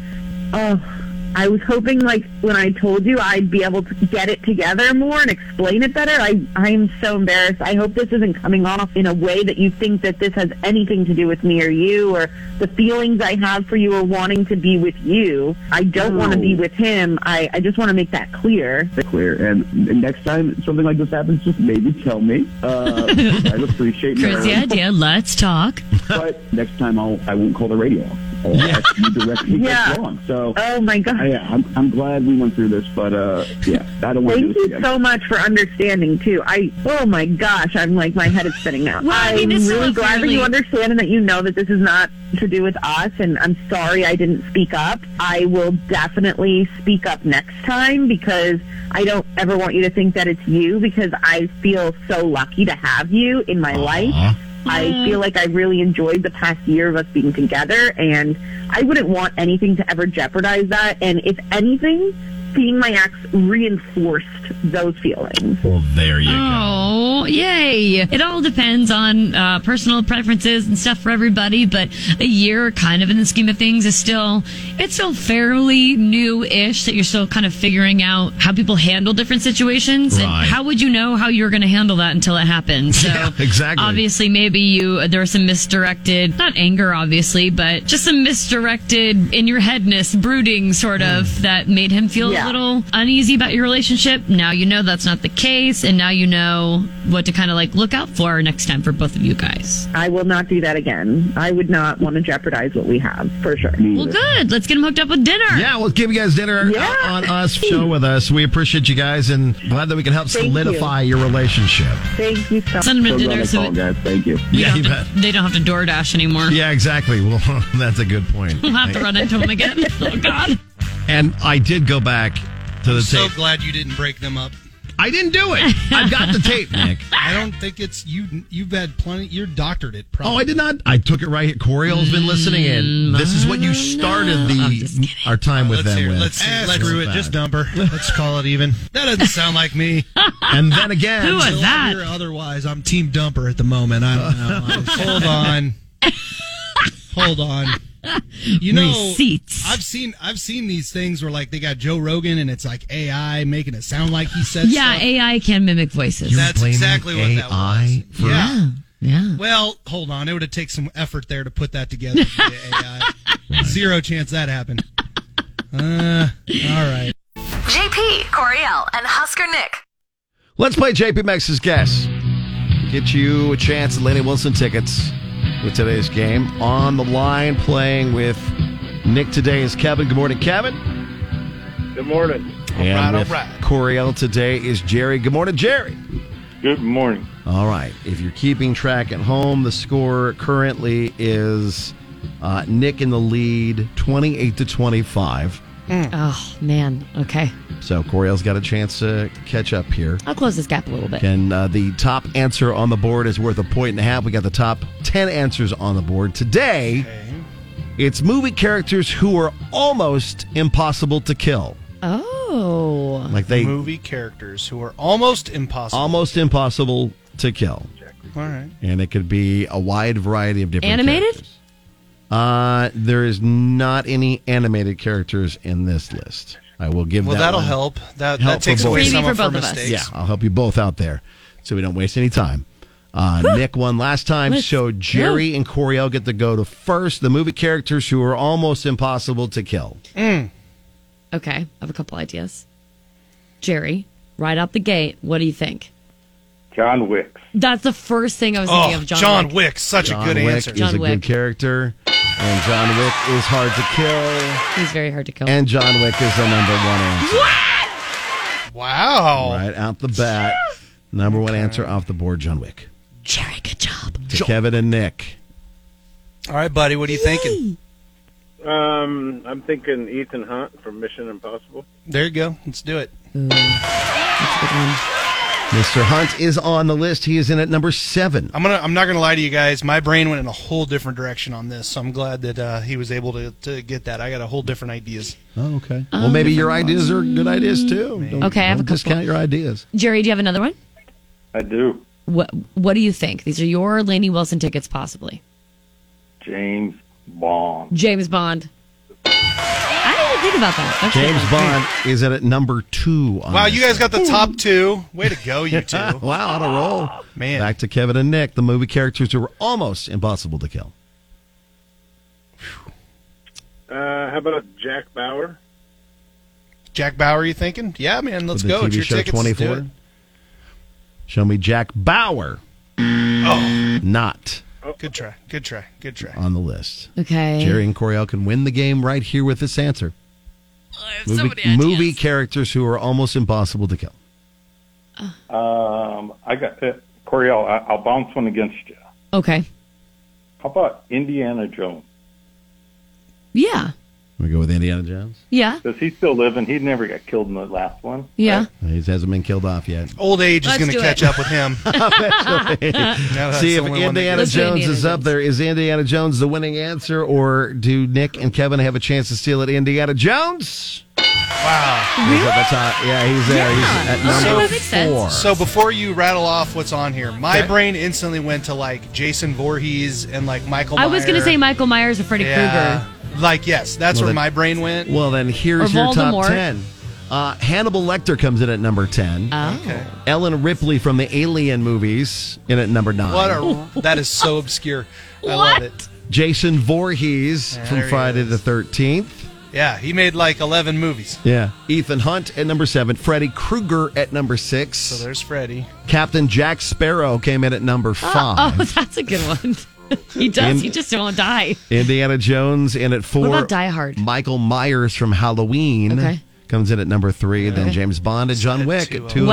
S12: Oh. I was hoping, like, when I told you, I'd be able to get it together more and explain it better. I, I am so embarrassed. I hope this isn't coming off in a way that you think that this has anything to do with me or you or the feelings I have for you or wanting to be with you. I don't want to be with him. I, I just want to make that clear.
S13: Clear. And next time something like this happens, just maybe tell me. Uh, I'd appreciate
S8: Crazy
S13: it.
S8: idea. Let's talk.
S13: But next time I'll, I won't call the radio. I'll ask you directly
S12: Yeah.
S13: what's wrong. So,
S12: oh my god,
S13: I, I'm, I'm glad we went through this, but uh, yeah, I don't want to do this
S12: Thank you
S13: again.
S12: so much for understanding too. I oh my gosh, I'm like my head is spinning now.
S8: Well, I
S12: I'm
S8: mean, it's still
S12: really
S8: a
S12: glad that
S8: fairly-
S12: you understand and that you know that this is not to do with us. And I'm sorry I didn't speak up. I will definitely speak up next time because I don't ever want you to think that it's you because I feel so lucky to have you in my life. I
S14: Mm.
S12: feel like I really enjoyed the past year of us being together, and I wouldn't want anything to ever jeopardize that. And if anything, seeing my ex reinforced those feelings.
S7: Well, there you
S8: Oh, yay. It all depends on uh, personal preferences and stuff for everybody, but a year kind of in the scheme of things is still it's still fairly new-ish that you're still kind of figuring out how people handle different situations
S7: Right.
S8: and how would you know how you were going to handle that until it happened. So
S7: Yeah, exactly.
S8: Obviously, maybe you there was some misdirected, not anger obviously, but just some misdirected in your headness, brooding sort of that made him feel a
S12: Yeah.
S8: little little uneasy about your relationship. Now you know that's not the case, and now you know what to kind of like look out for next time for both of you guys.
S12: I will not do that again. I would not want to jeopardize what we have, for sure.
S8: Well, good. Let's get him hooked up with dinner.
S7: Yeah, well, give you guys dinner on us. Show with us. We appreciate you guys and glad that we can help
S8: Thank
S7: solidify your relationship.
S12: Thank you so much.
S8: Send him to dinner so it-
S7: guys. Thank you.
S8: you
S7: Yeah,
S8: don't
S7: you
S8: have
S7: bet.
S8: to- they don't have to DoorDash anymore.
S7: Yeah, exactly. Well, that's a good point.
S8: We'll have to run into him again. Oh, God.
S7: And I did go back to the
S9: I'm so
S7: tape.
S9: glad you didn't break them up.
S7: I didn't do it. I've got the tape, Nick.
S9: I don't think it's you. You've had plenty. You're doctored it. Probably.
S7: Oh, I did not. I took it right here. Coriel's been listening, and this is what you started the our time with
S9: Let's
S7: them
S9: hear.
S7: with.
S9: Let's see. Let's screw it. Just dump her. Let's call it even. That doesn't sound like me.
S7: And then again- Who was
S9: Until I
S7: that?
S9: hear Otherwise, I'm team dumper at the moment. I don't know. Hold on. Hold on. You know,
S8: Receipts.
S9: I've seen I've seen these things where like they got Joe Rogan and it's like AI making it sound like he said.
S8: Yeah,
S9: stuff.
S8: AI can mimic voices.
S9: You're That's blaming exactly what that
S7: AI was. for-
S9: Yeah.
S8: Yeah.
S9: Well, hold on. It would have taken some effort there to put that together. via AI. Zero chance that happened. Uh, all right.
S1: JP, Coriel, and Husker Nick.
S7: Let's play JP Max's guess. Get you a chance at Laney Wilson tickets with today's game. On the line, playing with Nick today is Kevin. Good morning, Kevin.
S15: Good morning.
S7: And
S15: all
S7: with
S15: right.
S7: Coriel today is Jerry. Good morning, Jerry.
S15: Good morning.
S7: All right. If you're keeping track at home, the score currently is uh, Nick in the lead, 28 to 25.
S8: Oh man. Okay.
S7: So Coriel's got a chance to catch up here.
S8: I'll close this gap a little bit.
S7: And uh, the top answer on the board is worth a point and a half. We got the top 10 answers on the board. Today, it's movie characters who are almost impossible to kill.
S8: Oh.
S7: Like they-
S9: movie characters who are almost impossible.
S7: Almost impossible to kill.
S9: All right.
S7: And it could be a wide variety of different
S8: Animated?
S7: Uh, there is not any animated characters in this list. I will give
S9: Well,
S7: that
S9: that'll
S7: one
S9: help. That- that
S7: help for
S9: takes away
S7: both.
S9: some Maybe for of our both of us. mistakes.
S7: Yeah, I'll help you both out there so we don't waste any time. Uh, Nick won last time,
S9: Let's
S7: so Jerry and Coriel get to go to first. The movie characters who are almost impossible to kill.
S8: Okay. I have a couple ideas. Jerry, right out the gate, what do you think?
S15: John Wick.
S8: That's the first thing I was thinking
S9: Oh,
S8: of. John,
S9: John
S8: Wick.
S9: Wick, such
S7: John
S9: a good
S7: Wick
S9: answer.
S7: Is a good character, and John Wick is hard to kill.
S8: He's very hard to kill.
S7: And John Wick is the number one answer.
S9: Wow.
S7: Right out the bat. Number one answer off the board, John Wick.
S8: Jerry, good job.
S7: To Kevin and Nick.
S9: All right, buddy. What are you thinking?
S15: Um, I'm thinking Ethan Hunt from Mission Impossible.
S9: There you go. Let's do it.
S7: Mr. Hunt is on the list. He is in at number seven.
S9: I'm gonna. I'm not gonna lie to you guys. My brain went in a whole different direction on this, so I'm glad that uh, he was able to, to get that. I got a whole different ideas.
S7: Oh, okay. well, maybe your ideas are good ideas too. Don't-
S8: Um, Okay, I have a
S7: don't discount your ideas.
S8: Jerry, do you have another one?
S15: I do.
S8: What What do you think? These are your Laney Wilson tickets, possibly.
S15: James Bond.
S8: James Bond. I didn't even think about that. That's
S7: James
S8: good.
S7: Bond is at number two. On
S9: Wow,
S7: this
S9: you guys got the
S7: list.
S9: top two. Way to go, you two.
S7: wow, on a
S9: Oh,
S7: roll. Man. Back to Kevin and Nick, the movie characters who were almost impossible to kill.
S15: Uh, how about Jack Bauer?
S9: Jack Bauer, you thinking? Yeah, man. Let's
S7: For the
S9: go.
S7: TV
S9: it's your
S7: show
S9: tickets. Let's do
S7: 24. Show me Jack Bauer.
S9: Oh.
S7: Not
S9: it. Good try. Good try. Good try.
S7: on the list.
S8: Okay.
S7: Jerry and Coriel can win the game right here with this answer.
S8: so
S7: Movie, movie characters who are almost impossible to kill.
S15: Um, I got uh, Coriel. I, I'll bounce one against you.
S8: Okay.
S15: How about Indiana Jones?
S8: Yeah.
S7: We go with Indiana Jones.
S8: Yeah.
S15: Does he still live? And he never got killed in the last one.
S8: Yeah.
S7: He hasn't been killed off yet.
S9: Old age
S15: Let's
S9: is going
S15: do
S9: to catch
S15: it.
S9: up with him. Now that's
S7: See
S9: the
S7: if
S9: only one that
S7: Indiana
S9: goes.
S7: Jones is up there. Is Indiana Jones the winning answer, or do Nick and Kevin have a chance to steal it? Indiana Jones.
S9: Wow.
S7: He's at the top. Yeah, he's there. He's at number four.
S9: So before you rattle off what's on here, my
S7: Okay.
S9: brain instantly went to like Jason Voorhees and like Michael.
S8: I was
S9: going
S8: going to
S9: to
S8: say Michael Myers or Freddy Krueger.
S9: Like yes, that's
S7: Well,
S9: where
S7: then-
S9: my brain went.
S7: Well, then here's
S8: Or
S7: your top
S8: Voldemort.
S7: ten. Uh, Hannibal Lecter comes in at number ten.
S9: Okay.
S7: Ellen Ripley from the Alien movies in at number nine.
S9: What a that is so obscure. I love it.
S7: Jason Voorhees
S9: Yeah,
S7: from
S9: there he
S7: Friday the Thirteenth.
S9: Yeah, he made like eleven movies.
S7: Yeah. Ethan Hunt at number seven. Freddy Krueger at number six.
S9: So there's Freddy.
S7: Captain Jack Sparrow came in at number five.
S8: Oh, that's a good one. he does.
S7: And-
S8: he just won't die.
S7: Indiana Jones in at four.
S8: about Die Hard?
S7: Michael Myers from Halloween
S8: Okay.
S7: comes in at number three. Then
S8: Okay.
S7: James Bond and John Wick at two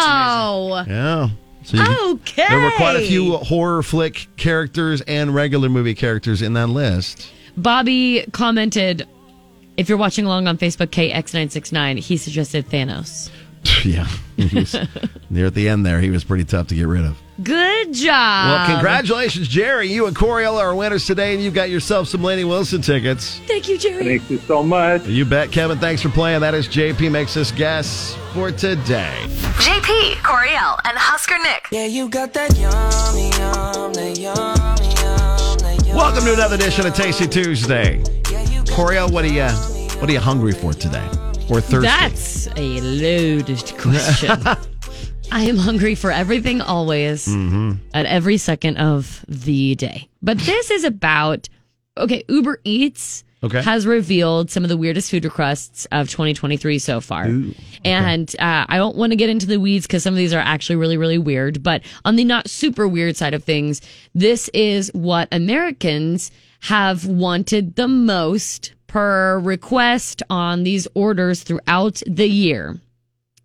S8: Wow.
S7: and one. Yeah. So you-
S8: Okay.
S7: There were quite a few horror flick characters and regular movie characters in that list.
S8: Bobby commented, if you're watching along on Facebook, KX969, he suggested Thanos.
S7: yeah. He was- near at the end there, he was pretty tough to get rid of.
S8: Good job.
S7: Well, congratulations, Jerry. You and Coriel are winners today, and you've got yourself some Laney Wilson tickets.
S8: Thank you, Jerry.
S7: Thank you so much. You bet, Kevin. Thanks for playing. That is JP Makes This Guess for today.
S1: JP, Coriel, and Husker Nick. Yeah, you got that yummy, yum, that yummy.
S7: Welcome to another edition of Tasty Tuesday. Coriel, what are you what are you hungry for today? Or Thursday?
S8: That's a loaded question. I am hungry for everything always at every second of the day. But this is about okay, Uber Eats
S14: Okay.
S8: has revealed some of the weirdest food requests of 2023 so far. And uh, I don't want to get into the weeds because some of these are actually really, really weird. But on the not super weird side of things, this is what Americans have wanted the most per request on these orders throughout the year.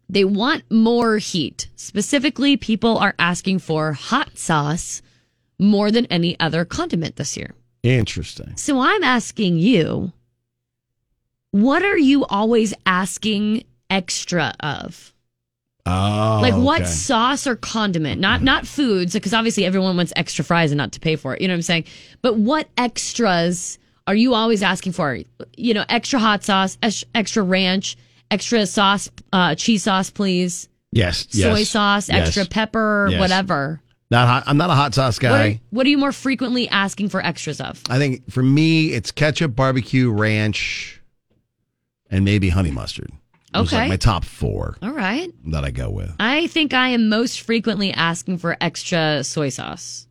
S8: They want more heat. Specifically, people are asking for hot sauce more than any other condiment this year.
S7: Interesting.
S8: So I'm asking you, what are you always asking extra of?
S7: Oh,
S8: like what
S7: okay.
S8: sauce or condiment? Not not foods, because obviously everyone wants extra fries and not to pay for it. You know what I'm saying? But what extras are you always asking for? You know, extra hot sauce, ex- extra ranch, extra sauce, uh, cheese sauce, please.
S7: Yes, yes.
S8: Soy sauce,
S7: yes.
S8: extra pepper,
S7: Yes.
S8: whatever.
S7: Not hot, I'm not a hot sauce
S8: What
S7: guy.
S8: are, what are you more frequently asking for extras of?
S7: I think for me, it's ketchup, barbecue, ranch, and maybe honey mustard. Those are
S8: Okay.
S7: like my top four
S8: All right.
S7: that I go with.
S8: I think I am most frequently asking for extra soy sauce.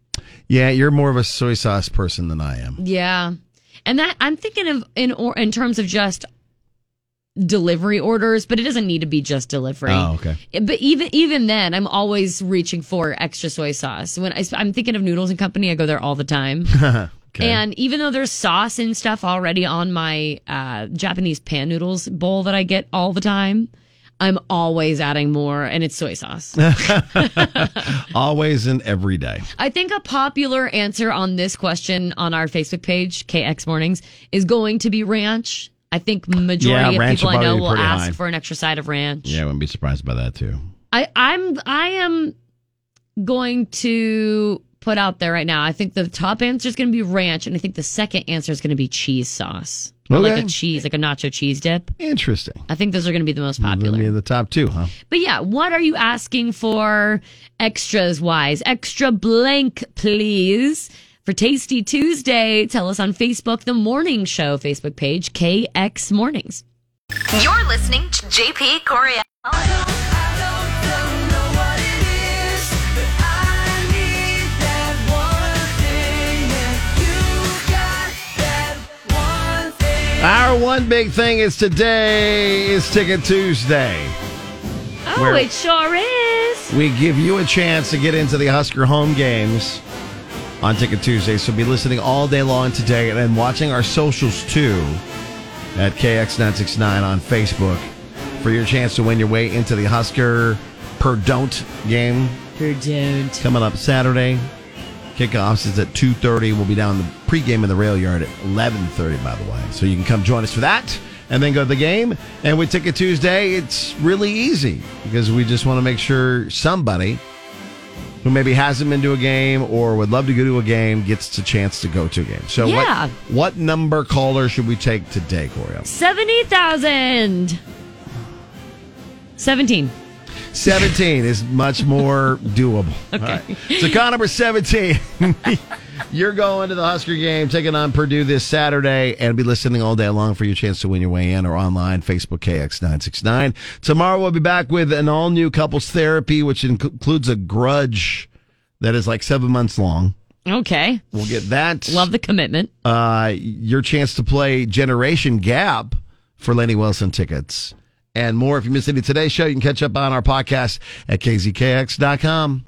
S7: Yeah, you're more of a soy sauce person than I am.
S8: Yeah. And that I'm thinking of in or in terms of just delivery orders, but it doesn't need to be just delivery.
S7: Oh, okay.
S8: But even even then, I'm always reaching for extra soy sauce. When I, am thinking of Noodles and Company, I go there all the time. And even though there's sauce and stuff already on my uh, Japanese pan noodles bowl that I get all the time, I'm always adding more, and it's soy sauce.
S7: Always and every day.
S8: I think a popular answer on this question on our Facebook page, KX Mornings, is going to be ranch. I think majority
S7: Yeah,
S8: of
S7: ranch
S8: people
S7: will
S8: I know
S7: probably be
S8: will
S7: pretty
S8: ask
S7: high.
S8: for an extra side of ranch.
S7: Yeah, I wouldn't be surprised by that too.
S8: I, I'm I am going to put out there right now. I think the top answer is going to be ranch, and I think the second answer is going to be cheese sauce, Or like
S7: Okay.
S8: a cheese, like a nacho cheese dip.
S7: Interesting.
S8: I think those are going to be the most popular.
S7: In the top two, huh?
S8: But yeah, what are you asking for extras wise? Extra blank, please. For Tasty Tuesday, tell us on Facebook, the morning show Facebook page, KX Mornings.
S1: You're listening to JP Coriel.
S7: Our one big thing is today is Ticket Tuesday.
S8: Oh,
S7: Where-
S8: it sure is.
S7: We give you a chance to get into the Husker home games on Ticket Tuesday. So be listening all day long today and then watching our socials too at KX969 on Facebook for your chance to win your way into the Husker per don't game.
S8: Per don't.
S7: Coming up Saturday. Kickoffs is at 2.30. We'll be down the pregame in the rail yard at 11.30, by the way. So you can come join us for that and then go to the game. And with Ticket Tuesday, it's really easy because we just want to make sure somebody who maybe hasn't been to a game or would love to go to a game gets a chance to go to a game. So
S8: Yeah.
S7: what, what number caller should we take today, Corio?
S8: 70,000. 17.
S7: 17 is much more doable.
S8: Okay.
S7: So, call number 17. You're going to the Husker game, taking on Purdue this Saturday, and be listening all day long for your chance to win your way in or online, Facebook KX969. Tomorrow we'll be back with an all new couples therapy, which inc- includes a grudge that is like seven months long.
S8: Okay.
S7: We'll get that.
S8: Love the commitment.
S7: Uh, your chance to play Generation Gap for Lenny Wilson tickets. And more if you missed any of today's show, you can catch up on our podcast at kzkx.com.